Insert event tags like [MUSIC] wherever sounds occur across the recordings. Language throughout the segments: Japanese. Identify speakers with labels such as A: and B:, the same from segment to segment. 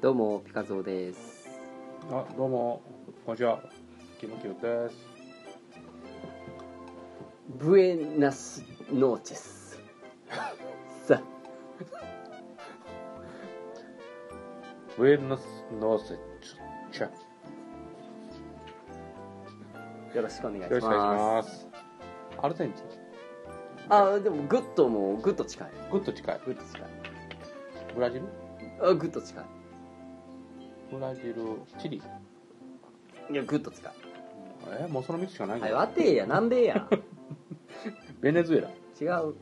A: どうもピカゾーです
B: あ、どうも、こんにちは。キムキューです。
A: ブエナスノーチェスさ
B: ウェルナスノーセチャ。よ
A: あよろしくお願いします
B: ろしくお願いします。アルゼンチン、
A: あでもグッともうグッと近い
B: グッと近い。
A: グッと近い
B: ブラジル
A: あグッと近い
B: ブラジル、チリ。
A: いやグッと近い
B: えもうその3つしかないん
A: は
B: だ
A: い
B: よ。
A: わてえや南米や
B: ベネズエラ。
A: 違う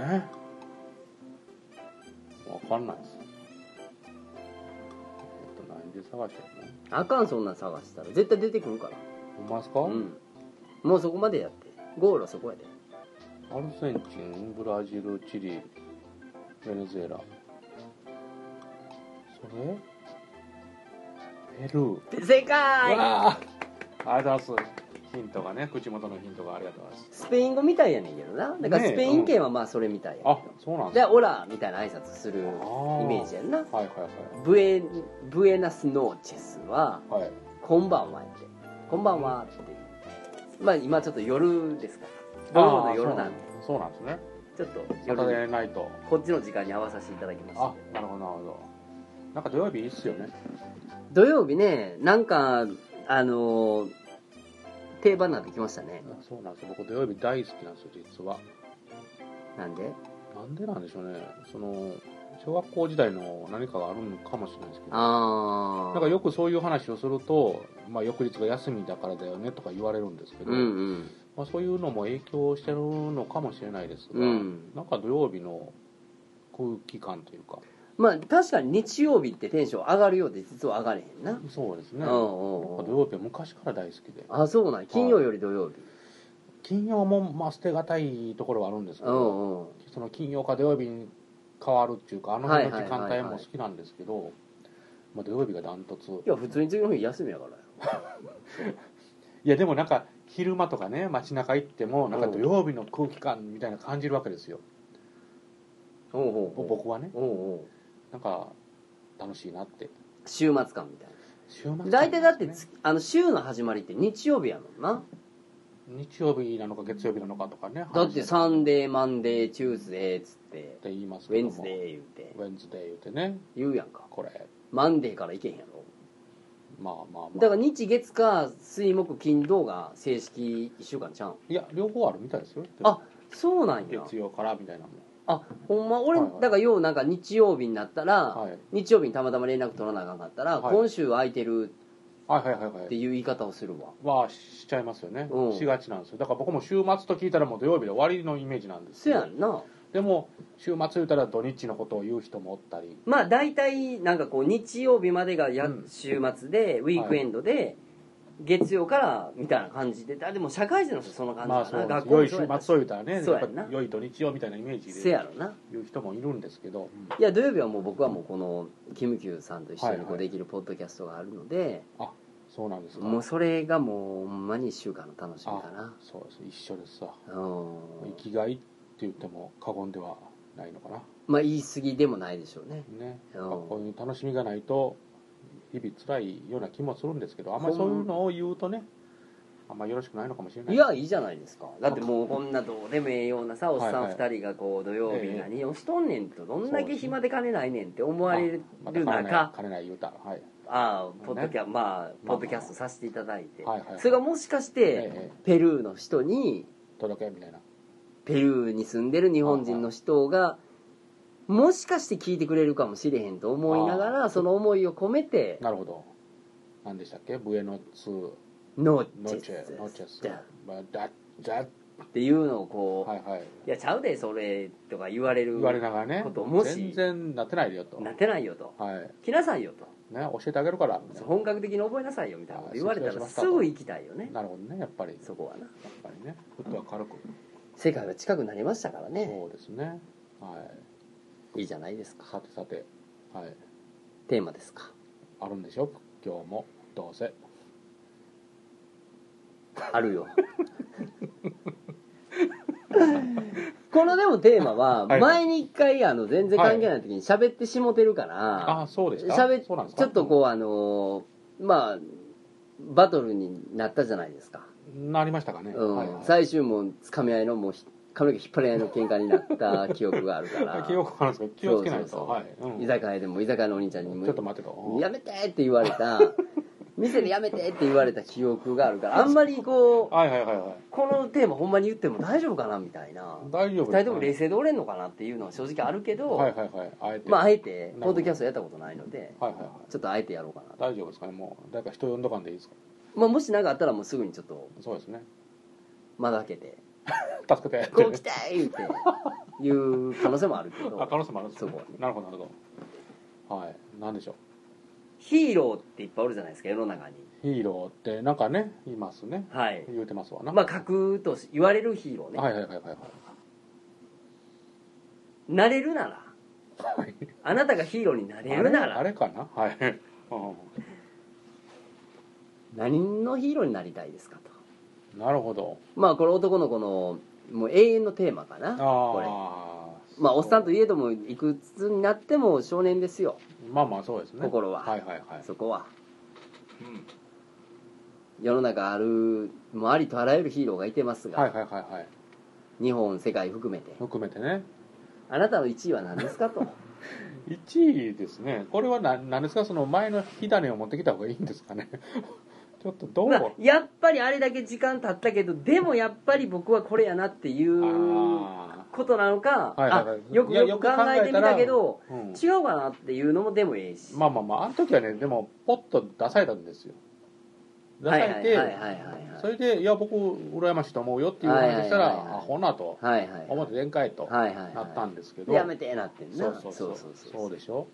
B: えわかんないです。えっと、何で探してる
A: あかんそんなん探したら絶対出てくるか
B: のほんまですから
A: うんもうそこまでやってゴールはそこやで
B: アルゼンチン、ブラジル、チリ、ベネズエラ。それペルー。
A: で正解
B: わあありがとうございます。ヒントがね、口元のヒントがありがとうございます。
A: スペイン語みたいやねんけどなだから
B: ねえ
A: スペイン圏はまあそれみたいやけど、
B: あ、そうなん
A: じ
B: で
A: ゃ
B: す
A: あオラみたいな挨拶するイ
B: あー
A: メージやんな
B: か。はいはい
A: ブエブエナスノーチェスは
B: はい。はい。
A: 「こんばんは」って「こんばんは」っていうまあ今ちょっと夜ですから夜
B: あ
A: の
B: ー
A: 夜なんで
B: そうなんですね。
A: ちょっと
B: サタデ
A: 夜
B: ーナイト。
A: こっちの時間に合わさせていただきました
B: あ、なるほどなるほど。なんか土曜日いいっすよね。
A: 土曜日ねなんかあのー定番になってきましたね
B: そうなんですよ。僕土曜日大好きなんですよ、実は。
A: なんで
B: なんでなんでしょうね。その、小学校時代の何かがあるのかもしれないですけど。
A: ああ
B: なんかよくそういう話をすると、まあ、翌日が休みだからだよねとか言われるんですけど、
A: うんうん
B: まあ、そういうのも影響してるのかもしれないですが、
A: うん
B: なんか土曜日の空気感というか
A: まあ確かに日曜日ってテンション上がるようで実は上がれへんな、
B: そうです
A: う
B: ね
A: ん
B: な
A: うん
B: か
A: んう
B: 土
A: ん
B: 曜日は昔から大好きで
A: あそうなん金曜より土曜日
B: 金曜もまあ捨てがたいところはあるんですけ
A: う
B: ど
A: んうん
B: その金曜か土曜日に変わるっていうかあの辺の時間
A: はいはいはいは
B: 帯
A: い
B: も好きなんですけど、まあ、土曜日がダントツ
A: いや普通に次の日休みやからよ
B: いやでもなんか昼間とかね街中行ってもなんか土曜日の空気感みたいな感じるわけですよ、
A: おうおうおう
B: 僕はね
A: おうおう
B: なんか楽しいなって
A: 週末感みたい
B: 週末感
A: な大体だって
B: ですね
A: つ、あの週の始まりって日曜日やもんな
B: 日曜日なのか月曜日なのかとかね
A: だって
B: 話
A: サンデーマンデーチューズデーっつって
B: って言います
A: ウ
B: け
A: ェ
B: ど
A: ン
B: も
A: ズデー言うて
B: ウェンズデー言うてね
A: 言うやんか
B: これ
A: マンデーから行けへんやろ
B: まあまあまあ
A: だから日月火水木金土が正式1週間ちゃうん
B: いや両方あるみたいですよ
A: あそうなんや
B: 月曜からみたいなのも
A: あほんま俺、
B: はいはい
A: だからようなんか日曜日になったら、
B: はい
A: 日曜日にたまたま連絡取らなあかんかったら、
B: はい
A: 今週空いてる
B: はいはいはい
A: っ
B: は
A: て
B: い
A: いう言い方をするわ
B: はしちゃいますよね、
A: うん
B: しがちなんですよだから僕も週末と聞いたらもう土曜日で終わりのイメージなんです
A: そ
B: よ
A: やんな
B: でも週末言うたら土日のことを言う人もおったり
A: まあ大体なんかこう日曜日までがや、
B: うん
A: 週末でウィークエンドで、月曜からみたいな感じであでも社会人の人そんな感じか
B: ま
A: な、
B: あそうです
A: 学校
B: 良
A: も
B: い
A: そ
B: 週
A: うやった
B: 末と言うたらね
A: そうやんな
B: っぱ良い土日曜みたいなイメージ
A: せや
B: で
A: ろな
B: 言う人もいるんですけど、
A: いや土曜日はもう僕はもうこのキムキューさんと一緒に
B: はい
A: こ
B: は
A: う
B: い
A: できるポッドキャストがあるので、
B: そうなんですか
A: もうそれがもうほんまに1週間の楽しみかな
B: そうです一緒ですわ
A: うん
B: 生きがいって言っても過言ではないのかな
A: まあ言い過ぎでもないでしょうね
B: ね、
A: うん
B: やっぱこういう楽しみがないと日々辛いような気もするんですけどあんまりそういうのを言うとねあんまよろしくないのかもしれない
A: いやいいじゃないですかだってもうこんなどうでもええようなさおっさん
B: はいは
A: 2人がこう土曜日
B: ええ
A: 何をしとんねんとどんだけ暇で金ないねんって思われる
B: また
A: 中、
B: 金ない金ない言うたらはい
A: ああポッドキャ、まあポッドキャストさせていただいて、
B: はいはい
A: それがもしかし
B: え
A: て
B: え
A: ペルーの人に
B: 届けみたいな
A: ペルーに住んでる日本人の人がもしかして聞いてくれるかもしれへんと思いながらその思いを込めて
B: なるほど何でしたっけブエノツ
A: ノー
B: ノ
A: チェ
B: チェノチェ
A: ス
B: スバダダ
A: っていうのをこう、
B: はいはい
A: い、やちゃうでそれとか言われる
B: 言われながらね
A: こともし
B: 全然なってないよと
A: なってないよと
B: はい
A: 来なさいよと
B: ね教えてあげるからみたいな
A: 本格的に覚えなさいよみたいなこと言われた
B: あ失
A: ら
B: 礼しました
A: すぐ行きたいよね
B: なるほどねやっぱりやっ
A: そこはな
B: ぱりねフットは軽く
A: 世界は近くなりましたからね
B: そうですねはい
A: いいじゃないですか
B: さてさてはい
A: テーマです [LAUGHS] か
B: あるんでしょ今日もどうせ
A: あるよこのでもテーマは
B: はいはい
A: 前に一回あの全然関係ない時に喋ってしもてるから
B: あそうでした
A: 喋っ
B: そうなんです
A: ち
B: か
A: ょっとこうあのーまあバトルになったじゃないですか、
B: うんなりましたかね、
A: うん
B: はいはい
A: 最終もつかみ合いのもうひ髪の毛引っ張り合いの喧嘩になった記憶があるから [LAUGHS]
B: 記憶あるんですけど気をつけないと
A: そうそうそう
B: はいうん
A: 居酒屋でも居酒屋のお兄ちゃんにも
B: ちょっと待ってと
A: やめてって言われ
B: [LAUGHS]
A: た店でやめてって言われた記憶があるからあんまりこう
B: はいはいはいはい
A: このテーマほんまに言っても大丈夫かなみたいな
B: 大丈夫
A: 2人とも冷静でおれんのかなっていうのは正直あるけど、
B: はいはいはいあえて
A: まあ
B: は
A: あ
B: い
A: えてポッドキャストやったことないので
B: はいはい
A: ちょっとあえてやろうかなと、
B: 大丈夫ですかねもう誰か人呼んどかんでいいですか
A: まあ、もし何かあったらもうすぐにちょっと
B: そうですね
A: 間だけ
B: [LAUGHS]
A: て
B: 助
A: 「
B: け
A: こう
B: て
A: 来たい!」っていう可能性もあるけ
B: [LAUGHS] あ可
A: ど
B: 能性もあるんですね
A: そこはね
B: なるほどなるほどはい何でしょう
A: ヒーローっていっぱいおるじゃないですか世の中に
B: ヒーローってなんかねいますね
A: はい
B: 言うてますわな
A: まあ架空と言われるヒーローね、
B: はいはいはいはいはい
A: なれるならあなたがヒーローになれるな
B: あ
A: ら
B: れあれかなはいう
A: 何のヒーローになりたいですかと
B: んなるほど
A: まあこれ男の子のもう永遠のテーマかなこれ
B: ああ
A: まあおっさんといえどもいくつになっても少年ですよ
B: まあまあそうですね
A: 心は
B: はいはいはい
A: そこは世の中あるもうありとあらゆるヒーローがいてますが、
B: はいはいはいはい
A: 日本世界含めて
B: 含めてね
A: あなたの1位は何です
B: [LAUGHS]
A: かと
B: 1位ですねこれは何何ですかその前の火種を持ってきた方がいいんですかね [LAUGHS] ちょっとどう、
A: まあやっぱりあれだけ時間経ったけどでもやっぱり僕はこれやなっていう
B: あ
A: ことなのか、
B: はいはいはい
A: あよく
B: いや
A: よく考えてみたけど
B: ーうん
A: 違うかなっていうのもでもええし、
B: まあまあまああの時はねでもポッと出されたんですよ出さ
A: はい
B: れ
A: はい
B: て、
A: はいはいはい
B: それで「いや僕羨ましいと思うよ」っていう話をしたら
A: はいはいはいはい
B: 「アホな」と
A: はいはいはい
B: 思って全開とな
A: はいはいはい
B: ったんですけど、
A: やめてなってんな
B: そうそうそうそう
A: そう
B: でしょ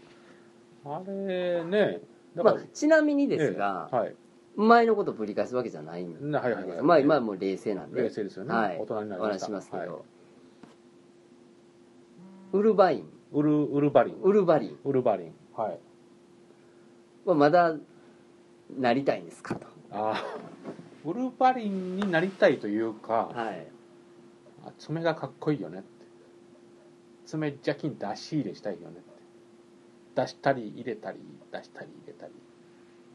B: あれねだ
A: ま
B: か
A: あ
B: ら、
A: ちなみにですが、
B: ええはい
A: 前のことぶり返すわけじゃないんです
B: なはいはいはい
A: まあ今はもう冷静なんで
B: 冷静ですよね、
A: はい
B: 大人にな
A: お
B: りま
A: 話
B: し
A: したますけど、
B: はい
A: ウルバイン
B: ウルウルバリン
A: ウルバリン
B: ウルバリンはい
A: はまだなりたいんですかと
B: あーウルバリンになりたいというか、
A: はい
B: あ爪がかっこいいよねって爪邪金出し入れしたいよねって出したり入れたり出したり入れたり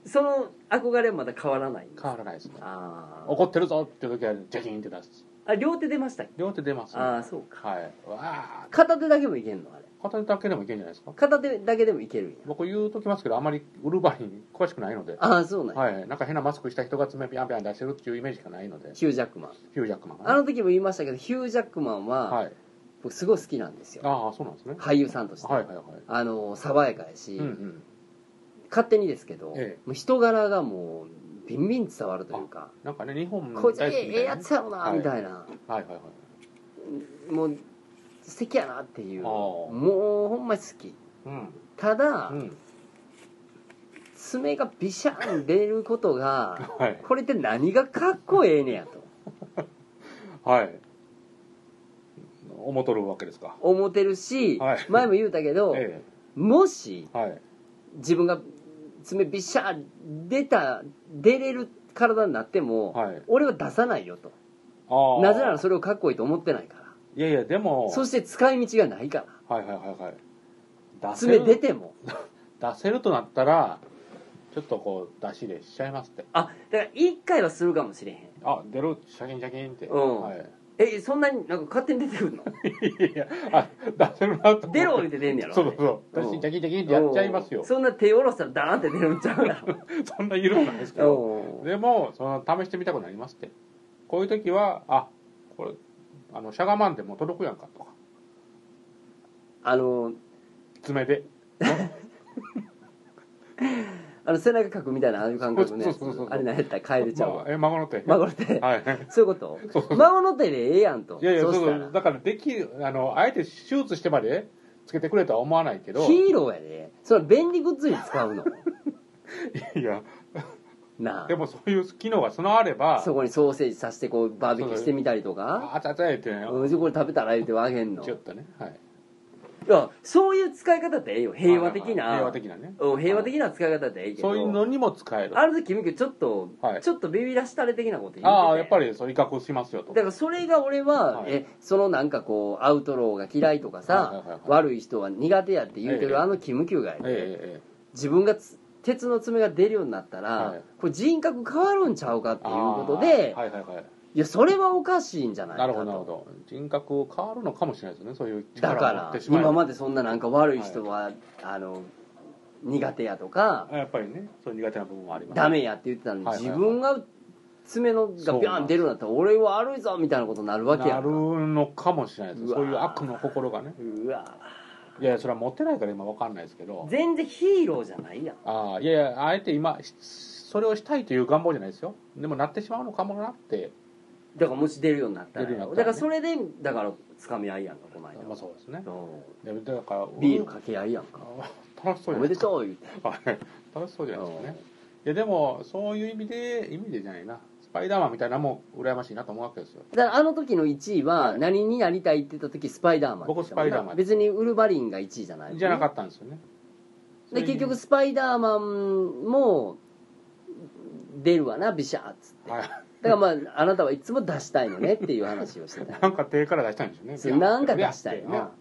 A: その憧れはまだ変わらないんです
B: 変わらないですね
A: あー
B: 怒ってるぞって時は邪金って出す
A: あ両手出ましたっけ
B: 両手出ます、ね、
A: あ
B: は
A: あそうか
B: いわあ
A: 片手だけもいけんのあれ
B: 片手だけでもいけるんじゃないですか
A: 片手だけでもいけるんや
B: 僕言うときますけどあまりウルバリン詳しくないので
A: ああそうなんや、
B: はい、なんか変なマスクした人が爪ピャンピャン出してるっていうイメージしかないので
A: ヒュージャックマン
B: ヒュージャックマン
A: あ
B: がね
A: の時も言いましたけどヒュージャックマンは、
B: はい
A: 僕すごい好きなんですよ
B: ああそうなんですね
A: 俳優さんとして、
B: はいはいは
A: あの爽やかやし、
B: いうんうん
A: 勝手にですけど、
B: ええ
A: もう人柄がもうビンビン伝わるというか、
B: なんかね日本
A: こいつえ
B: 大好き
A: え
B: み
A: ええ
B: たいな
A: や
B: ね
A: つやろな、
B: はい
A: みたいな
B: はいはいはい
A: もう素敵やなっていう
B: ああ
A: もうほんまに好き
B: うん
A: ただ、
B: うん
A: 爪がビシャン出ることが [LAUGHS]
B: はい
A: これって何がかっこええねやと
B: はい思うとるわけですか
A: 思ってるし、
B: はい
A: 前も言うたけど、
B: え
A: もし
B: えはい
A: 自分が爪ビシャン出た出れる体になっても、
B: はい
A: 俺は出さないよと
B: ああ
A: なぜならそれをかっこいいと思ってないから
B: いやいやでも
A: そして使い道がないか
B: はいはいはいはい
A: ら
B: 出せ
A: 爪
B: る
A: 出ても
B: 出せるとなったらちょっとこう出し入れしちゃいますって
A: あだから一回はするかもしれへん
B: あ出るシャキンシャキンって
A: うん
B: はい
A: えそんなになんか勝手に出て [LAUGHS] くるの
B: いやあ出せるなと思って
A: 出ろ言うて出んねやろ
B: そうそうそう
A: うん
B: 私ジャキジャキってやっちゃいます
A: うん
B: よ
A: そんな手下ろしたらダーンって出るんちゃう [LAUGHS] やろ
B: そんな緩くないですけどでもその試してみたくなりますってこういう時はあこれあのしゃがまんでも届くやんかとか
A: あの
B: 爪で
A: あの背中かくみたいなああいう感覚ね
B: そうそうそうそう
A: あれ何やったらカエルちゃうわ
B: まあえ孫の手
A: 孫の手
B: はい
A: そういうこ
B: そう
A: と孫の手でええやんと
B: いやいや
A: そうし
B: そ
A: た
B: う
A: ら
B: だからできるあのあえて手術してまでつけてくれとは思わないけど
A: ヒーローやでそれ便利グッズに使
B: [LAUGHS]
A: うの
B: いや
A: な
B: でもそういう機能が備われ
A: あ
B: ば
A: そこにソーセージさしてこうバーベキューしてみたりとか
B: あちゃちゃ言ってね
A: うんこれ食べたら言うてわげんの
B: ちょっとねはい
A: やそういう使い方ってええよ平和的
B: 平和
A: な
B: 的なね
A: うん平和的な使い方ってええけど
B: そういうのにも使える
A: ある時君ちょっと、
B: はい
A: ちょっとビビらしたれ的なこと言ってて
B: ああやっぱりそう威嚇しますよと
A: だからそれが俺は、
B: はい
A: えそのなんかこうアウトローが嫌いとかさ、
B: はいはいはいはい
A: 悪い人は苦手やって言うけど、
B: ええ
A: あのキム・キュウがやで、
B: えええ
A: 自分がつ鉄の爪が出るようになったら、
B: はい
A: これ人格変わるんちゃうかって
B: え
A: いう
B: あ
A: こと
B: あ
A: で、
B: はいはいはい
A: いやそれはおかしいんじゃないか
B: な
A: と
B: るほどなるほど人格変わるのかもしれないですねそういう
A: だ
B: 力を
A: か
B: 持っ
A: ら
B: てしまえば
A: 今までそんななんか悪い人は、あの苦手やとか、
B: やっぱりねそういう苦手な部分もあります
A: ダメやって言ってたのに、
B: はいはいはい
A: 自分が爪のがビャン出るようになったら俺は悪いぞみたいなことになるわけや
B: なん
A: か
B: るのかもしれないです
A: うわ
B: そういう悪の心がね
A: うわ
B: いやいやそれは持ってないから今わかんないですけど
A: 全然ヒーローじゃないやん
B: ああいやいやあえて今しそれをしたいという願望じゃないですよでもなってしまうのかもなって
A: だからもし出るようになったら
B: 出る
A: だ
B: ように
A: か
B: なったらね
A: らそれでだからつかみ合いやんかこの間、
B: まあそうですね
A: う
B: でだから
A: んビールかけ合いやんか
B: あ楽しそう
A: おめで
B: じゃないですか
A: とう言うて
B: はい [LAUGHS] 楽しそうじゃないですかねいやでもそういう意味で意味でじゃないなスパイダーマンみたいなのも羨ましいなと思うわけですよ
A: だからあの時の1位は
B: はい
A: 何になりたいって言った時スパイダーマン
B: 僕スパイダーマン
A: 別にウルヴァリンが1位じゃない、
B: じゃなかったんですよね
A: で結局スパイダーマンも出るわなビシャーっつって
B: はい
A: だからまああなたはいつも出したいのねっていう話をしてた
B: なんか手から [LAUGHS] 出したいんでしょうね
A: そうなんか出したい
B: ビャーっ
A: な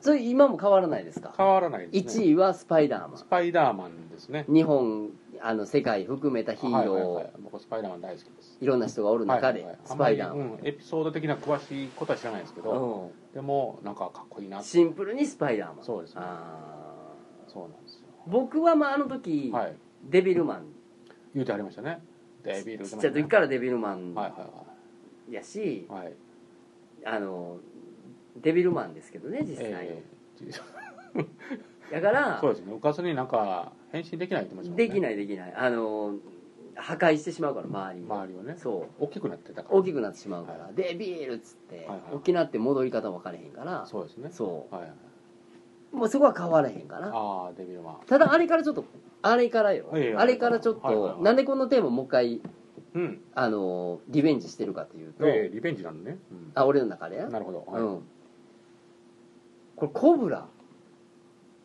A: それ今も変わらないです
B: て
A: か
B: 変わらないですね
A: 1位はスパイダーマ
B: スパイダーマンですね
A: ン日本あの世界含めたヒーロー、い
B: はいはいはい、僕スパイダーマン大好きです
A: ろんな人がおる中で、
B: はいはいはい
A: スパイダー
B: あ
A: マン、
B: んまりうん、エピソード的な詳しいことは知らないですけど、
A: うん
B: でもなんかかっこいいな
A: シンプルにスパイダーマン
B: そうですね
A: あ
B: そうなんですよ
A: ー僕はまああの時、
B: はい
A: デビルマン
B: 言うてありましたねデビル
A: ち
B: ズ
A: っ
B: マ
A: ちゃい
B: ンね
A: 時からデビルマン
B: はいは
A: やし、
B: いはいはい
A: あのデビルマンですけどね実際、
B: ええ
A: だから
B: そうですねうかつになんか変身できないって言ってましたもんね
A: できないできないあの破壊してしまうから周りも
B: 周りをね
A: そ
B: 大きくなってたか
A: う
B: ら
A: 大きくなってしまうから、
B: は
A: デビルっつって、
B: はいはい
A: 大きなって戻り方分かれへんから
B: そうですね
A: そ
B: はいはい、
A: うもうそこは変わらへんかな
B: ああデビルマン
A: ただあれからちょっとあれからよ
B: いやいや
A: あれからちょっと、
B: はいはいはい
A: なんでこのテーマもう一回
B: うん
A: あのリベンジしてるかというと、
B: ええリベンジなのね、うん
A: あ俺の中でや
B: なるほど、はい
A: うんこれコブラ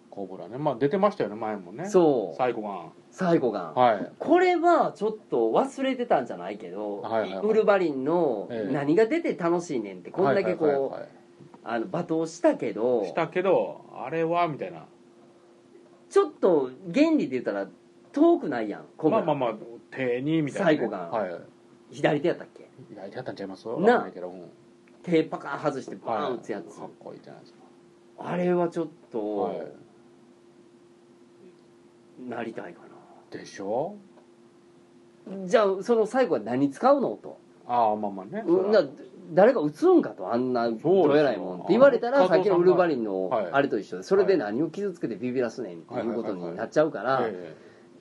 B: コブラねまあ出てましたよね前もね
A: そう
B: 最後が
A: 最後が、
B: はい
A: これはちょっと忘れてたんじゃないけど、
B: はいはいはい
A: ウルヴァリンの
B: ええ
A: 何が出て楽しいねんってこんだけこう、
B: はいはいはいはい
A: あの罵倒したけど
B: したけどあれはみたいな
A: ちょっと原理で言ったら遠くないやんコブ
B: ま
A: ラ、
B: あまあまあ手にみたいな、
A: 最後が
B: はい
A: 左手やったっけ
B: いややったんちゃいますな
A: な
B: ないけど、うん
A: 手パカン外してバーン打つやつ、
B: かっこいいじゃないですか
A: あれはちょっと、
B: はい
A: なりたいか
B: でしょ
A: なじゃあその最後は何使うのと
B: ああまあまあね
A: うんな誰が打つんかとあんなどえらいもんって言われたら
B: そうで
A: さ
B: す
A: っ
B: よ
A: きのウルヴァリンの
B: はい
A: あれと一緒でそれで何を傷つけてビビらすねんっていうことになっちゃうか
B: そら
A: ら
B: え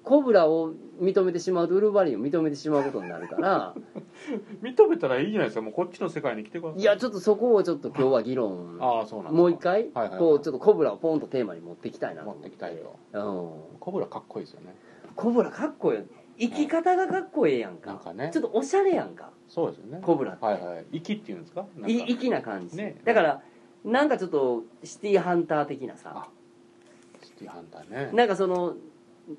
A: コブラを認めてしまうとウルヴァリンを認めてしまうことになるから
B: [LAUGHS] え認めたらいいじゃないですかもうこっちの世界に来てください
A: いやちょっとそこをちょっと今日は議論
B: ああそうなんですか
A: もう一回
B: はいはいはい
A: こうちょっとコブラをポンとテーマに持ってきたいなと
B: 持っ
A: 思
B: て
A: っ
B: きたい
A: て
B: と
A: うん
B: コブラかっこいいですよね
A: コブラかっこいい生き方がかっこええやんか
B: なんかね
A: ちょっとおしゃれやんか
B: そうですよね
A: コブラって
B: はいはい息っていうんですかなんか
A: い粋な感じ、
B: ね
A: だからなんかちょっとシティハンター的なさ
B: シティハンターね
A: なんかその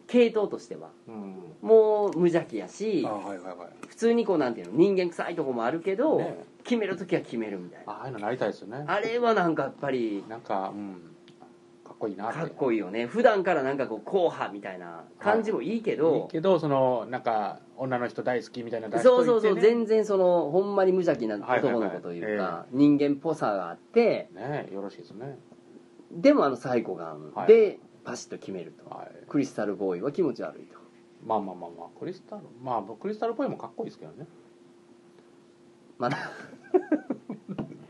A: 系統としては
B: うん
A: もう無邪気やし
B: ああはいはいはい
A: 普通にこうなんていうの人間臭いとこもあるけど、
B: ね
A: 決める時は決めるみたいな
B: ああいうのなりたいですよね
A: あれはなんかやっぱり
B: なんかうんかっこいいなって
A: かっこいいよね普段からなんかこう硬派みたいな感じもいいけ
B: いい
A: ど、
B: けどそのなんか女の人大好きみたいな出し
A: そう
B: といてね
A: そうそう、全然そのほんまに無邪気な男の子というか、
B: はいはいは
A: 人間っぽさがあって
B: ねよろしいですね
A: でもあのサイコガン
B: はい
A: でパシッと決めると、
B: はい
A: クリスタルボーイは気持ち悪いと
B: まあまあまあまあクリスタルまあ僕クリスタルボーイもかっこいいですけど
A: [LAUGHS]
B: ね
A: まだ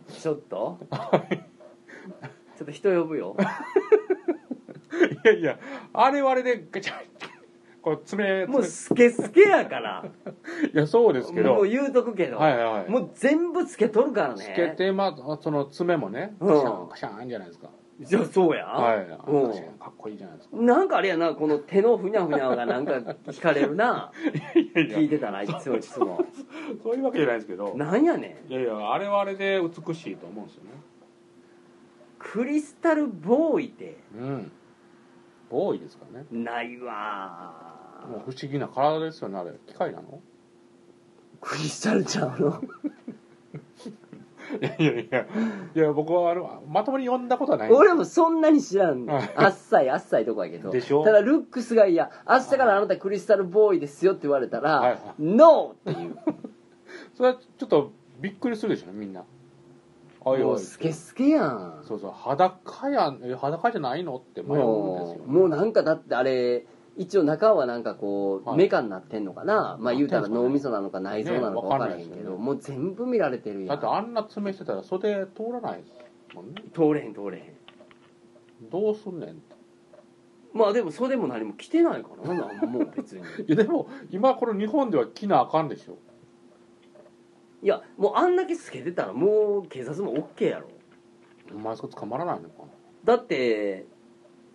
A: ちょっとちょっと人呼ぶよ
B: いやいやあれはあれでガチャッこう爪
A: もう
B: 爪
A: スケスケやから
B: いやそうですけど
A: もう言うとくけど、
B: はいはいはい
A: もう全部つけとるからね
B: つけてまあその爪もね
A: う
B: カ
A: ん
B: シャンカシャンじゃないですか
A: じゃあそうや、
B: はいカ
A: うん
B: シャンかっこいいじゃないですか
A: なんかあれやなこの手のふにゃふにゃがなんか惹かれるな
B: いや
A: 聞い
B: いや
A: てたないつもいつも
B: そういうわけじゃないですけど
A: なんやね
B: いやいやあれはあれで美しいと思うんですよね
A: んクリスタルボーイって
B: うんボーイですからね
A: ないわ
B: もう不思議な体ですよねあれ機械なの
A: クリスタルちゃんの
B: いやいやいやいや僕はあのまともに呼んだことはない
A: 俺もそんなに知らんあっさいあっさいとこやけど
B: でしょ
A: ただルックスがいや明日からあなたクリスタルボーイですよって言われた
B: はい
A: ら
B: は
A: 「NO!」っていう
B: それはちょっとびっくりするでしょみんなあい
A: も
B: お
A: う
B: い
A: スケスケやん
B: そうそう裸やんえ裸じゃないのって迷うんで
A: も
B: すよ
A: うもうなんかだってあれ一応中はなんかこう、
B: はい
A: メカになってんのかなまあ言うたら
B: なってんすかね
A: 脳みそなのか内臓なのか
B: ねわ
A: 分
B: か
A: か
B: ん
A: ら
B: な
A: へ
B: いで
A: ん
B: すよ
A: け
B: ね
A: ど、もう全部見られてるや
B: だって
A: ん
B: あんな爪してたら袖通らないもんね
A: 通れへん通れへん
B: どうすんねんって
A: まあでも袖も何も着てないかななんもう別に
B: [LAUGHS] いやでも今この日本では着なあかんでしょ
A: いやもうあんだけ透けてたらもう警察も OK やろ
B: お前そこ捕まらないのか
A: だって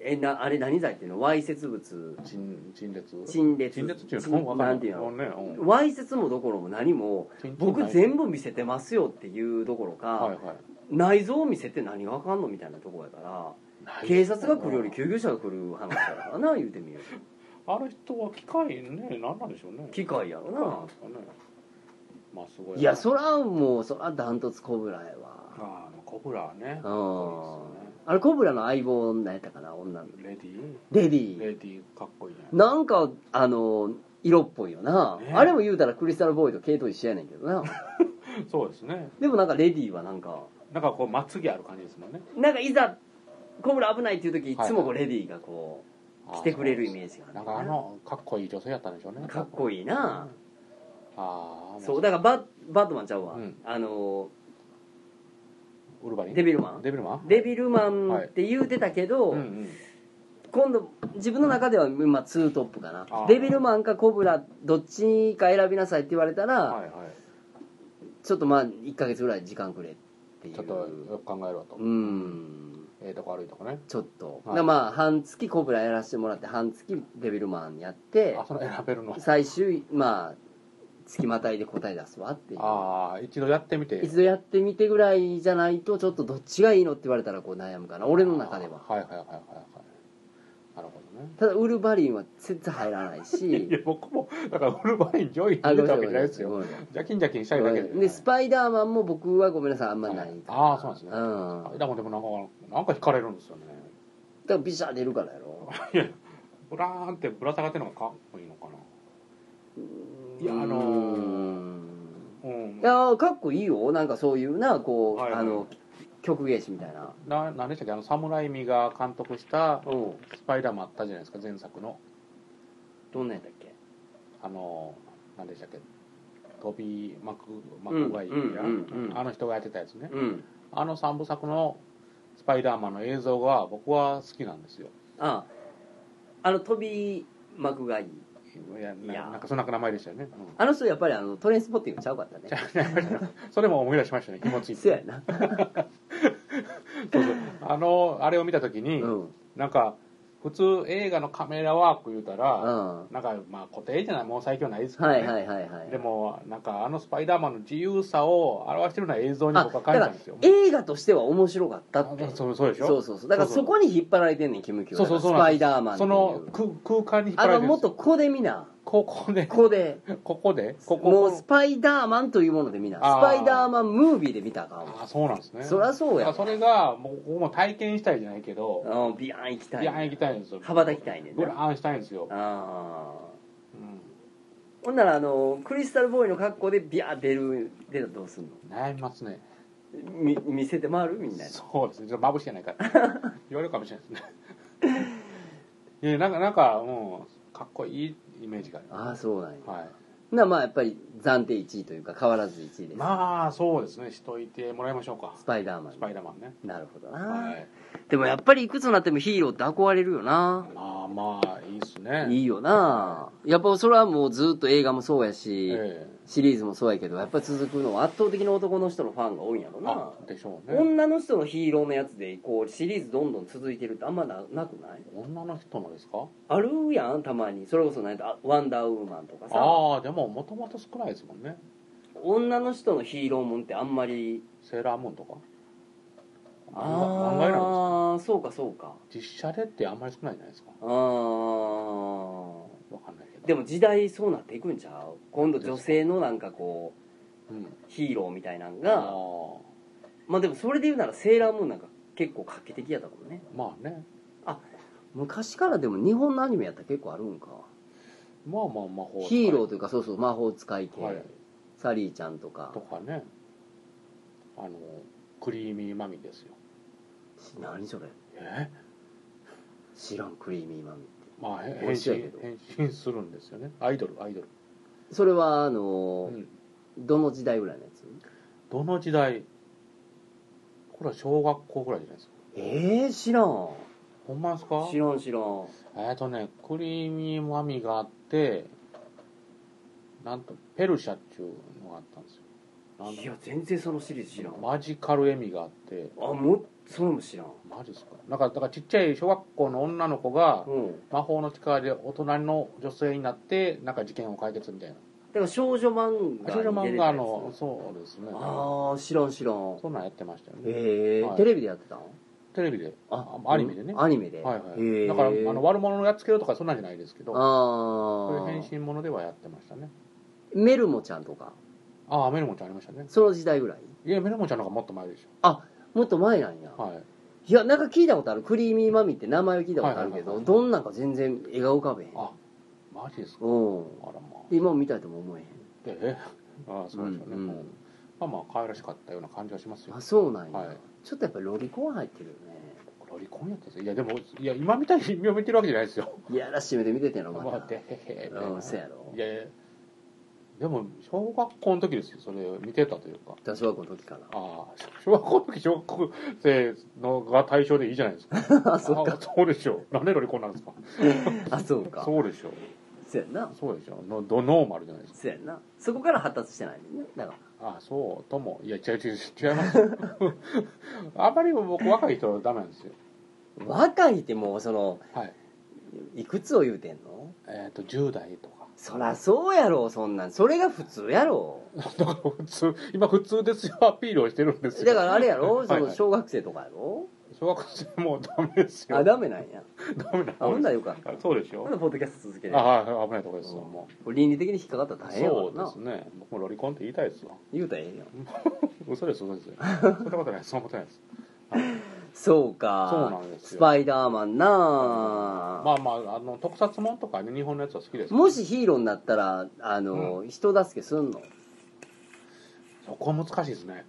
A: えなあれ何罪っていうのわいせつ物
B: な陳陳列
A: 陳列
B: 陳列っていうのも分か
A: なんんて
B: ない
A: いうの
B: ねうん
A: わいせつもどころも何も
B: 陳陳
A: 僕
B: ない
A: 全部見せてますよっていうどころか、
B: はいはい
A: 内臓を見せて何があかんのみたいなとこやから
B: ない
A: 警察が来るより救急車が来る話だからな言うてみよう
B: あの人は機械ね何なんでしょうね
A: 機械やろ
B: 械なん
A: な
B: ですかねまあすごい
A: いやそらもうそらダントツコブラや
B: あ
A: わ
B: あコブラはね
A: うんあれコブラの相棒なんやったかな女の
B: レディ
A: レデ
B: ー
A: ィ
B: レ
A: ー
B: ディーかっこいいね
A: なんかあの色っぽいよな、
B: ね
A: あれも言うたらクリスタルボーイと系統一緒やねんけどな
B: そうですね
A: でもなんかレディーはなんか
B: なんかこうまつげある感じですもんね
A: なんかいざコブラ危ないっていう時いつもこう
B: は
A: レディーがこう来てくれるイメージがある
B: なんかあのかっこいい女性やったんでしょうね
A: かっこいいな
B: ああ
A: そうだからババットマンちゃうわ、
B: うん
A: あの
B: ウルバリン
A: デビルマン
B: デビルマン
A: デビルマンって言うてたけど、
B: うんうん
A: 今度自分の中では今ツートップかな
B: あー
A: デビルマンかコブラどっちか選びなさいって言われたら、
B: はいはい
A: ちょっとまあ1か月ぐらい時間くれっていう
B: ちょっとよく考えろと
A: うん
B: ええとこ悪いとこね
A: ちょっと、
B: はい
A: だからまあ半月コブラやらせてもらって半月デビルマンやって
B: あその選べるの
A: 最終まあ月またいで答え出すわっていう
B: ああ一度やってみて
A: 一度やってみてぐらいじゃないとちょっとどっちがいいのって言われたらこう悩むかな俺の中では
B: あーはいはいはいはいはいなるほどね
A: ただウルバリンは全然入らない
B: [LAUGHS] いや
A: し
B: 僕もだからウルバリン上位に
A: あ
B: 入れたわけじゃないですよ
A: ごめんなさい
B: ジャキンジャキンしたい
A: ごめ
B: だ
A: んな
B: けで
A: さいでスパイダーマンも僕はごめんなさいあんまないから
B: ああそうなんですね
A: うん
B: あでもでもなんかなんか惹かれるんですよね
A: だからビシャー出るからやろ
B: ブラーンってぶら下がってるのがかっこいいのかないやあのー
A: うん
B: なうん
A: いやーかっこいいよなんかそういうなこう、
B: はいはい
A: あの曲芸師みたいな
B: な何でしたっけあのサムライミが監督した
A: うん
B: スパイダーマンあったじゃないですか前作の
A: どんなんやったっけ
B: あの何でしたっけトビー・マクマクガイや
A: うんうんうんうん
B: あの人がやってたやつね
A: うん
B: あの三部作のスパイダーマンの映像が僕は好きなんですよ
A: あああのトビー・マクガイ
B: いやない
A: や
B: なんかそんな名前でしたよね、うん
A: あの人やっぱりあのトレインスポッティングちゃうかったね
B: それも思い出しましたね気持ちいい
A: そうやな、
B: あのあれを見た時
A: う
B: に、
A: んうん
B: なんか普通映画のカメラワーク言うたら、
A: は
B: なんかまあ固定じゃないもう最強ないです
A: い
B: けど、ね
A: はいはいはい
B: でもなんかあのスパイダーマンの自由さを表してるような映像に
A: あ
B: 僕は
A: だ
B: 感
A: から
B: じたんですよ
A: 映画としては面白かったって
B: あそうそうでしょ
A: そうそうそうだからそこに引っ張られてんねんキム・キョ
B: そうそうそう
A: スパイダーマンってい
B: そ
A: う
B: の空空間に引っ張
A: あ
B: られ
A: の
B: てるん
A: もっ
B: ですよ
A: とここで見な
B: ここで
A: ここで
B: ここでここ
A: もうスパイダーマンというもので見なス
B: あー
A: パイダーマンムービーで見たらあかんわ
B: ああそうなんですね
A: そりゃそうや
B: あそれがもう僕も体験したいじゃないけど
A: うんビヤン行きたい
B: いや行きたいんですよ
A: 羽ばたきたいねん
B: ブラ
A: な
B: ーンしたいんですよ、
A: あー
B: う
A: ほんならあのクリスタルボーイの格好でビヤー出る出たらどうすんの
B: ん、悩みますね
A: み見せて回るみんなに
B: そうですねちょっと眩しいじゃない [LAUGHS] から言われるかもしれないですね [LAUGHS] いやなんかなんかもうかっこいいイメージがあり
A: あ
B: ま
A: あ
B: す
A: そうなんやほ
B: はい
A: んならまあやっぱり暫定1位というか変わらず1位です、
B: まあそうですねしといてもらいましょうか
A: スパイダーマン
B: スパイダーマンね
A: なるほどな、
B: はい
A: でもやっぱりいくつになってもヒーローって憧れるよな
B: まあまあいいっすね
A: いいよなやっぱそれはもうずっと映画もそうやし、
B: ええ
A: シリーズもそうやけどやっぱり続くのは圧倒的に男の人のファンが多いんやろな
B: あでしょうね
A: 女の人のヒーローのやつでこうシリーズどんどん続いてるってあんまななくない
B: 女の人のですか
A: あるやんたまにそれこそなんかあワンダーウーマンとかさ
B: ああでももともと少ないですもんね
A: 女の人のヒーローもんってあんまり
B: セーラームーンとか漫画漫画やな
A: あ
B: んで
A: あそうかそうか
B: す実写でってあんまり少ないじゃないですか
A: ああ
B: わかんないけど
A: でも時代そうなっていくんちゃう今度女性のなんかこう
B: うん
A: ヒーローみたいなん
B: あ
A: がまあでもそれで言うならセーラームーンなんか結構画期的やったかもね
B: ーまあね
A: 昔からでも日本のアニメやったら結構あるんか
B: まあまあ魔法
A: ヒーローというかそうそう魔法使い系、
B: はい
A: サリーちゃんとか
B: とかねあのクリーミーマミですよ
A: 何それ
B: え
A: 知らんクリーミーマミって
B: まあへ
A: 美
B: 変
A: 味しいや
B: 身
A: けど
B: 変身するんですよねアイドルアイドル、
A: それはあの
B: う
A: ー
B: ん、
A: どの時代ぐらいのやつ
B: どの時代これは小学校ぐらいじゃないですか
A: えー、知らん
B: ほんまですか
A: 知らん知らん
B: えっとねクリーミーマミがあってなんとペルシャっていうのがあったんですよなんだ
A: いや全然そのシリーズ知らんあ
B: マジカルエミがあって
A: もうそれも知らん
B: マジですかなんかだからちっちゃい小学校の女の子が
A: うん
B: 魔法の力で大人の女性になってなんか事件を解決みたいな
A: だから少女漫画
B: 少女
A: に出
B: 漫
A: てた
B: 画
A: やつ
B: のそうですね
A: ああ知らん知らん
B: そんなんやってましたよね
A: へえ、
B: はい
A: テレビでやってたの
B: テレビでアニメでね、
A: アニメで、
B: はいは
A: へ
B: い
A: え
B: だからあの悪者のやっつけるとかそんなんじゃないですけどそ
A: あ
B: うい
A: あ
B: う変身ものではやってましたね
A: メルモちゃんとか
B: ああメルモちゃんありましたね
A: その時代ぐらい
B: いやメルモちゃんの方がもっと前でし
A: もっと前なんや、
B: ょはい
A: い、やなんか聞いたことあるクリーミーマミって名前を聞いたことあるけど、
B: はいはいはいはい
A: どんなんか全然絵が浮かべへん
B: あマジですか
A: うん
B: あらまあ
A: 今も見たいとも思えへん
B: でえああそうでしょう
A: うん
B: ね、
A: うん
B: もうまあまあ可愛らしかったような感じはしますよ
A: あそうなんや、
B: はい
A: ちょっとやっぱりロリコン入ってるよね
B: ロリコンやったんですよいやでもいや今みたいに見てるわけじゃないですよ
A: いやらしい目で見ててんのま
B: [LAUGHS] まあ
A: た
B: でへへ
A: うんそうやろ
B: いやいやでも小学校の時ですよそれを見てたというか
A: 私はこの時か
B: ああ小学校の時小学校生のが対象でいいじゃないですか
A: らあそうか
B: あ [LAUGHS] そうでしょうなんでロリコンなんですか
A: あそうか
B: そうでしょう
A: そうやんな
B: そうでしょうのドノーマルじゃないですか
A: そうやんなそこから発達してないねだから
B: ああそうともいや違う違う違います [LAUGHS] あまり僕若い人はダメなんですよ
A: 若いってもうその
B: はい
A: いくつを言うてんの
B: えっ、と10代とか
A: そらそうやろそんなんそれが普通やろ
B: [LAUGHS] だから普通今普通ですよアピールをしてるんですよ
A: だからあれやろ
B: はい
A: そ
B: はい
A: の小学生とかやろ
B: 小学生もうダメですよ
A: あダメなんや
B: ダメな
A: あほんならよかった
B: そうでし
A: ま
B: ょ
A: だポッドキャスト続け
B: あ
A: て
B: はい危ないとこですよもう
A: 倫理的に引っかかったら大変やか
B: そ
A: ら
B: うで
A: な
B: すね僕もロリコンって言いたいですわ
A: 言うたらええやん
B: 嘘で
A: [LAUGHS]
B: す嘘ですそんなことないそんなことないです
A: そう
B: そう
A: か
B: なんです
A: ス
B: よ
A: パイダーマンな
B: まあまああの特撮もんとかね日本のやつは好きです
A: もしヒーローになったらあの、人助けすんの
B: そこは難しいですね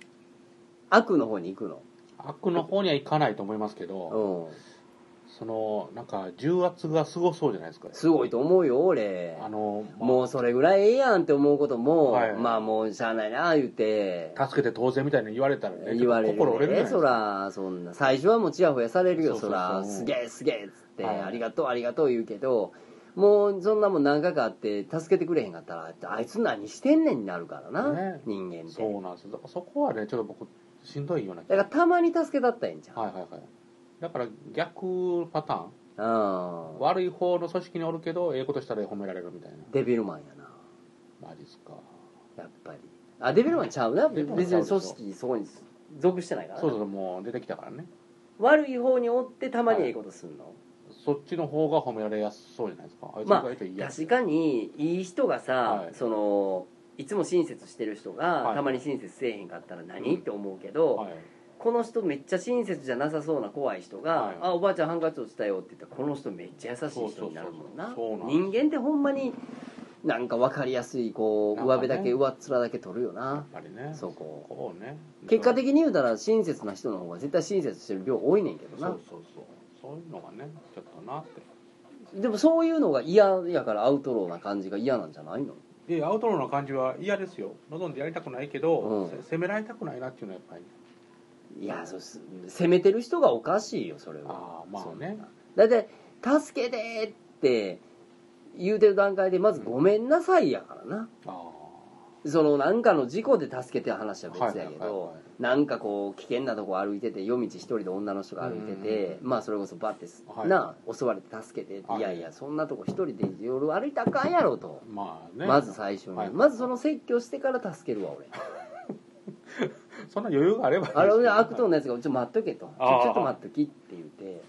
A: 悪の方に行く
B: 悪の方にはいかないと思いますけど
A: のうん
B: そのなんか重圧がすごそうじゃないですか
A: すごいと思うよ俺
B: あの、まあ
A: もうそれぐらいええやんって思うことも、
B: はいはい
A: まあもうしゃあないな言うて
B: 助けて当然みたいに言われたらね
A: 言われる、ね、
B: 心折れるじゃないです
A: そ
B: から
A: そんな最初はもうちやほやされるよ
B: そ
A: そう
B: そうそう
A: らすげえすげえっつって、
B: はい
A: ありがとうありがとう言うけどもうそんなもん何回かあって助けてくれへんかったらあいつ何してんねんになるからな、
B: ね
A: 人間って
B: そうなんですよだからそこはねちょっと僕しんどいような気
A: だ
B: が
A: からたまに助けたったらええんじゃん、
B: はいはいはいだから逆パターン
A: うん
B: 悪い方の組織におるけどええことしたら褒められるみたい
A: デビルマンやな
B: なマジっすか
A: やっぱりあデビルマンちゃうな
B: デビ
A: 別
B: ルマンちゃう
A: に
B: でしょ
A: 組織そこに属してないからな
B: そうそうもう出てきたからね
A: 悪い方におってたまにええことすんの、
B: そっちの方が褒められやすそうじゃないですかあいつ
A: まあ
B: 意外といいやつ
A: 確かにいい人がさ、
B: はい
A: そのいつも親切してる人が、
B: はい
A: たまに親切せえへんかったら何、
B: うん
A: って思うけど、
B: はい
A: この人めっちゃ親切じゃなさそうな怖い人が
B: はい
A: 「あおばあちゃんハンカチ落ちたよ」って言ったらこの人めっちゃ優しい人になるもんな
B: そうそうそうそうなんです
A: 人間ってほんまになんか分かりやすいこう
B: なん
A: 上
B: かね
A: 辺だけ上っ面だけ取るよ
B: や
A: な
B: っ、ぱりね
A: そこ
B: こうね
A: 結果的に言うたら親切な人の方が絶対親切してる量多いねんけど
B: そ
A: な
B: うそうそうそういうのがねちょっとなって
A: でもそういうのが嫌やからアウトローな感じが嫌なんじゃないの
B: でアウトローの感じは嫌ですよ望んでやりたくないけど、
A: うん
B: せ責められたくないなっていうのはやっぱり
A: いやそうす責めてる人がおかしいよそれは
B: ああまあね
A: だって「助けて」って言うてる段階でまず「ごめんなさい」やからな、
B: あ
A: そのなんかの事故で助けては話は
B: あ
A: 別やけど、なんかこう危険なとこ歩いてて夜道一人で女の人が歩いて
B: うん
A: て
B: う、ん
A: まあそれこそバッてす、
B: はい
A: な襲われて助けてって、
B: はい
A: い、やいやそんなとこ一人で夜歩いたらあかんやろと、
B: まあね
A: まず最初に、
B: はい
A: まずその説教してから助けるわ俺
B: そんな余裕があればいいです
A: あ
B: け
A: れ
B: ど
A: 俺悪党のやつが「ちょっと待っとけ」と「ち
B: あ
A: ょ
B: あ
A: ちょっと待っとき」って言って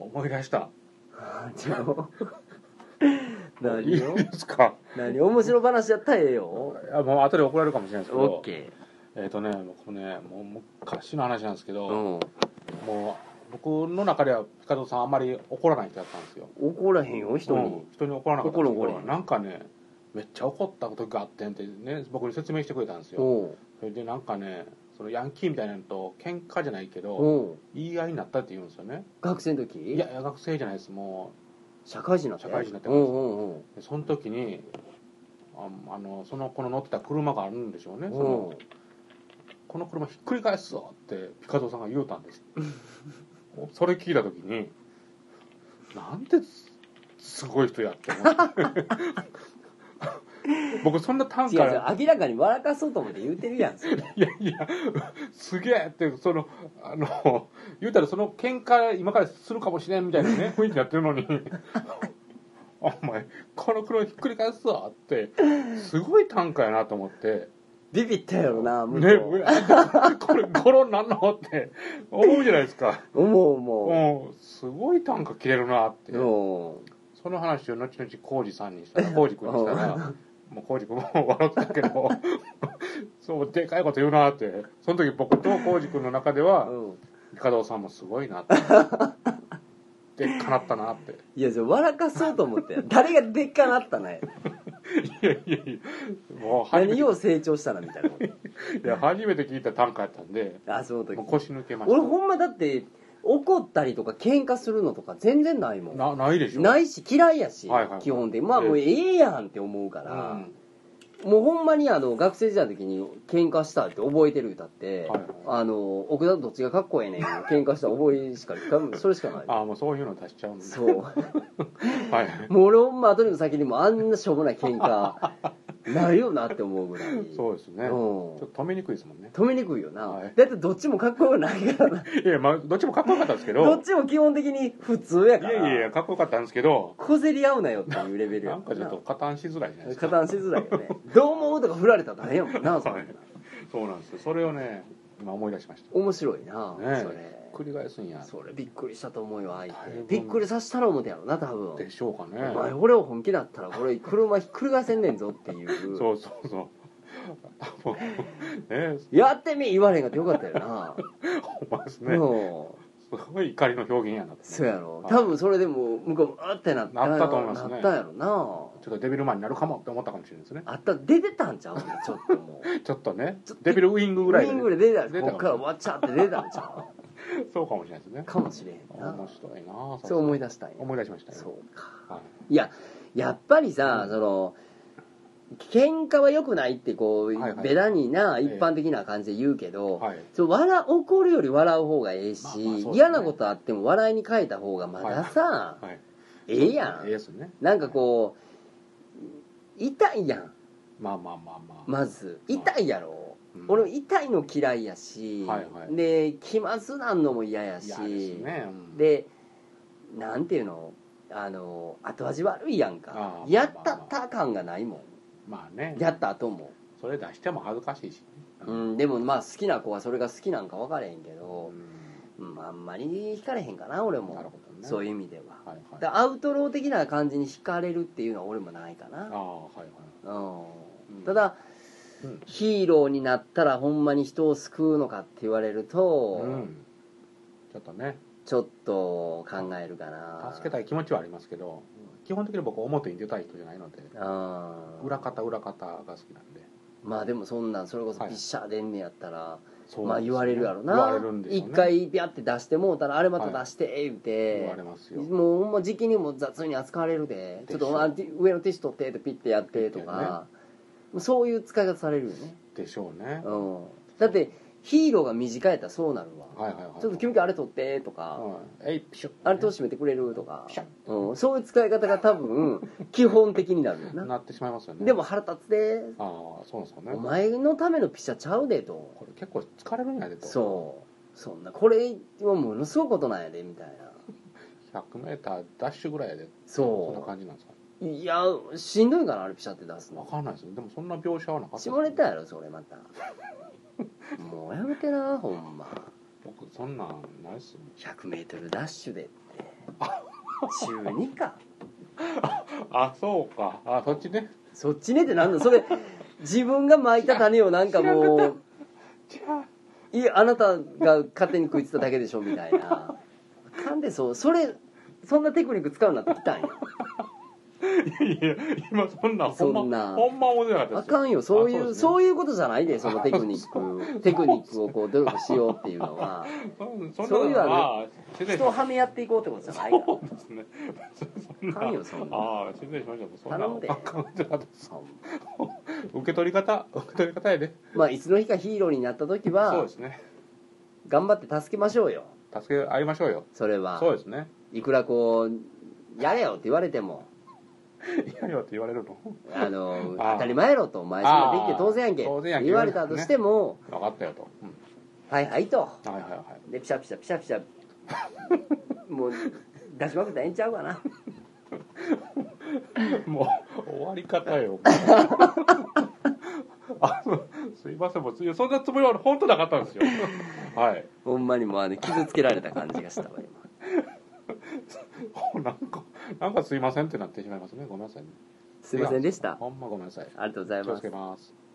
B: 思い出した
A: 「ちょ何
B: いい
A: を
B: ですか
A: 何面白話やったらええよ
B: いやもう後で怒られるかもしれないですけ
A: オッ
B: ど
A: ケ
B: えっ、とね僕ねもう昔の話なんですけ
A: ー
B: ど、
A: うん
B: もう僕の中ではピカドさんあんまり怒らない人だったんですよ
A: 怒らへんよ人に、
B: うん人に怒らなかったんですけど
A: 怒る怒る
B: なんかねめっちゃ怒った時があってんってね僕に説明してくれたんですよ
A: おう
B: それでなんかねそのヤンキーみたいなのと喧嘩じゃないけど
A: おう
B: 言い合いになったって言うんですよね
A: 学生の時
B: いやいや学生じゃないですも
A: 社会人になって
B: 社会人になって
A: お
B: ま
A: う
B: す
A: おうおう
B: うでその時にああのその子の乗ってた車があるんでしょうねその
A: おう
B: この車ひっくり返すぞってピカドさんが言うたんです
A: [LAUGHS]
B: それ聞いた時になんてすすごい人やって思って
A: [LAUGHS]
B: 僕そんな短
A: 違う
B: 歌
A: 違う明らかに笑かそうと思って言うてるやんそれ
B: いやいやすげえってそのあの言うたらその喧嘩今からするかもしれんみたいな
A: [LAUGHS]
B: ね雰囲気になってるのに「お前この車ひっくり返すぞ」ってすごい短歌やなと思って。
A: ビビったやろな向こ
B: ね、
A: う
B: これゴロなんのって思うじゃないですか、
A: 思う思
B: うん、すごい短歌切れるなって
A: うお
B: その話を後々浩二さんにした
A: [LAUGHS]
B: ら浩二君にしたらもう浩二君も笑ってたけど [LAUGHS] そうでかいこと言うなってその時僕と浩二君の中で
A: う
B: は
A: うん
B: 加藤さんもすごい
A: [LAUGHS]
B: なってでかなったなって
A: いやそれ笑かそうと思って誰がでっかなったね
B: いやいやいやもう初め
A: 何
B: て
A: を成長したなみたいなこと
B: いや初めて聞いた短歌やったんで
A: あその時
B: もう腰抜けまし
A: 俺ほんまだって怒ったりとか喧嘩するのとか全然ないも
B: た
A: ん
B: なないでしょ
A: ないし嫌いやし、
B: はいはいはい
A: 基本でまあ
B: ええ
A: もうええやんって思うか
B: う
A: ら、
B: ん
A: もうほんまにあの学生時代の時に喧嘩したって覚えてる歌って、
B: はいはい
A: あの奥田とどっちがかっこええねん喧嘩した覚え
B: [LAUGHS]
A: しか多分それしかない
B: ああもうそういうの出しちゃうんで
A: そう
B: はい
A: もう俺ほんま後にも先にもあんなしょうもない喧嘩ないよなって思うぐらい
B: そうですね、
A: うん
B: ちょっと止めにくいですもんね
A: 止めにくいよな、
B: はい
A: だってどっちもかっこよくないからない
B: やまあどっちもかっこよかったんですけど
A: どっちも基本的に普通や
B: い
A: から
B: やいやいやかっこよかったんですけど
A: 小競り合うなよっていうレベルや
B: なん
A: も
B: かちょっと加担しづらいじゃないです
A: 加
B: か
A: 担しづらいよね [LAUGHS] どう思うとか振られたら大変やもんなそんな
B: はいそうなんですよそれをね今思い出しました
A: 面白いな、
B: ね
A: そ
B: え
A: れ
B: 繰り返すんや
A: それびっくりしたと思うよ相
B: 大
A: 手
B: 変
A: びっくりさせたら思てやろな多分
B: でしょうか
A: お前
B: ね
A: 俺を本気だったらこれ車ひっくり返せんねんぞっていう
B: そうそうそう多分ね
A: やってみ言われへんかってよかったよな、
B: ほんまですね
A: もう
B: すごい怒りの表現やなって
A: そうやろ
B: はい
A: 多分それでも向こうもあってなった
B: なったと思いますね
A: なったんやろな
B: ちょっとデビルマンになるかもって思ったかもしれないですね
A: あった出てたんちゃうちょっともう
B: ちょっとね
A: ちょっと
B: デビルウィングぐらい
A: ウ
B: で
A: ィン
B: ね、
A: グで出たんちゃ
B: 出
A: う
B: た
A: こっからわっちゃって出たんちゃ
B: そうかもしれないですね
A: うかもしれへんな
B: 面白いな
A: そう思い
B: 出
A: 出したんや
B: 思い出しました
A: そ
B: よ、
A: うか
B: はい
A: ややっぱりさ、
B: うん
A: その喧嘩は良くないってこう、
B: はいはい
A: ベタにな
B: ええ
A: 一般的な感じで言うけど、
B: い、はい
A: そう笑怒るより笑う方がええし、
B: まあまあそうですね
A: 嫌なことあっても笑いに変えた方がまださ、
B: はい、
A: ええやん、
B: ええですね
A: なんかこう痛いやん
B: まあまあまあまあ、
A: まず痛いやろ、
B: うん
A: 俺も痛いの嫌いやし、
B: はいはい
A: で気まずなんのも嫌やし
B: 嫌ですね、うん
A: でなんていうのあの後味悪いやんか
B: あー
A: やったった感がないも
B: まあね
A: んやった後も、
B: それ出しても恥ずかしいし、
A: う
B: うん
A: ん、でもまあ好きな子はそれが好きなんか分からへんけど、
B: な
A: うん、あんまり惹かれへんかな俺も
B: るほどね
A: そう
B: いう
A: いう意味では、
B: はいはい
A: だからアウトロー的な感じに惹かれるっていうのは俺もないか
B: あ
A: な、
B: あはいはい
A: うん
B: うん
A: ただ
B: うん
A: ヒーローになったらほんまに人を救うのかって言われると、
B: うんちょっとね
A: ちょっと考えるかな
B: 助けたい気持ちはありますけど基本的に僕表に出たい人じゃないので
A: あー
B: 裏方裏方が好きなんで
A: まあでもそんなんそれこそ
B: はい
A: ピッシャーでんねやったら、
B: そう
A: ま
B: な
A: あ
B: んで
A: 言
B: すよ
A: われるやろな
B: 言われるんですよ、ね、
A: 一回ビャって出してもうたらあれまた出して言う
B: 言
A: て
B: われ、ますよ
A: もうほんま時期にも雑に扱われるでちょ
B: でしょ
A: っとあティ上のティッシュ取ってってピッてやってとか、そういう使い方されるよね、
B: でしょうね、
A: うん、だってヒーローが短いやったらそうなるわ、
B: はいはいはい
A: ちょっと君あれ取ってとか、
B: うんえいピシュッ
A: あれ閉めてくれるとか
B: ピシャッ、
A: うん、そういう使い方が多分基本的になるよな
B: なってしまいますよね
A: でも腹立つで
B: ああそうなんですかね
A: お前のためのピシャちゃうでと
B: これ結構疲れるんやでと
A: そうそんなこれはものすごいことなんやでみたいな
B: 100m ダッシュぐらいやでそんな
A: そ
B: 感じなんですかね
A: ういやしんどいからあれピシャって出す
B: わ
A: の
B: かんないですよでもそんな描写はなかった
A: 下ネタやろそれまたもうやめてなほんま
B: 僕そんなんないっすよ
A: 100m ダッシュでって週2か
B: あそうかあそっちね
A: そっちねってなんだそれ自分がまいた種をなんかも
B: じゃ
A: ういやあなたが勝手に食いついただけでしょみたいななんでそうそれそんなテクニック使うなってきたんや
B: あいや今そんなんほ
A: そん
B: ん
A: な
B: まほんま面白かった
A: あ
B: ですよ
A: かんよそうい
B: あそ
A: う
B: うですね
A: そういうことじゃないでそのテクニックテクニックをこう努力しようっていうの
B: [LAUGHS]
A: は
B: そん
A: そう
B: そ
A: い
B: ん
A: う
B: な
A: あ
B: の
A: の
B: は失礼し
A: 人を
B: まし
A: はめやっていこうってことじゃないから
B: たそうですねそん
A: あかんよそんな
B: ああ失礼しましたそんな
A: 頼んで
B: あかんじゃなかったです
A: ほんま
B: 受け取り方受け取り方やで
A: まあいつの日かヒーローになった時
B: そう
A: は
B: ですね
A: 頑張って助けましょうよ
B: 助け合いましょうよ
A: それは
B: そうですね
A: いくらこうやれよって言われても
B: いやいやって言われるの
A: あの
B: [LAUGHS] あー
A: 当たり前やろとお前そんなできて当然やんけ
B: あー当然やんけ
A: 言われたとしても、
B: 分かったよと、う
A: はいはいと
B: ん、はいはいはい
A: でピシャピシャピシャピ
B: [LAUGHS]
A: シャもう出しまくったらええんちゃうかな
B: もう終わり方よ。 [LAUGHS] あそうすいませんもういやそんなつもりは本当なかったんですよ。 [LAUGHS] はい。 [LAUGHS]
A: ほんまにもうあの傷つけられた感じがしたわ今
B: なんかなんかすいませんってなってしまいますね。ごめんなさいね。
A: すいませんでした
B: ほんまごめんなさい。
A: ありがとうござい
B: 気を
A: ま
B: つ
A: す
B: けます。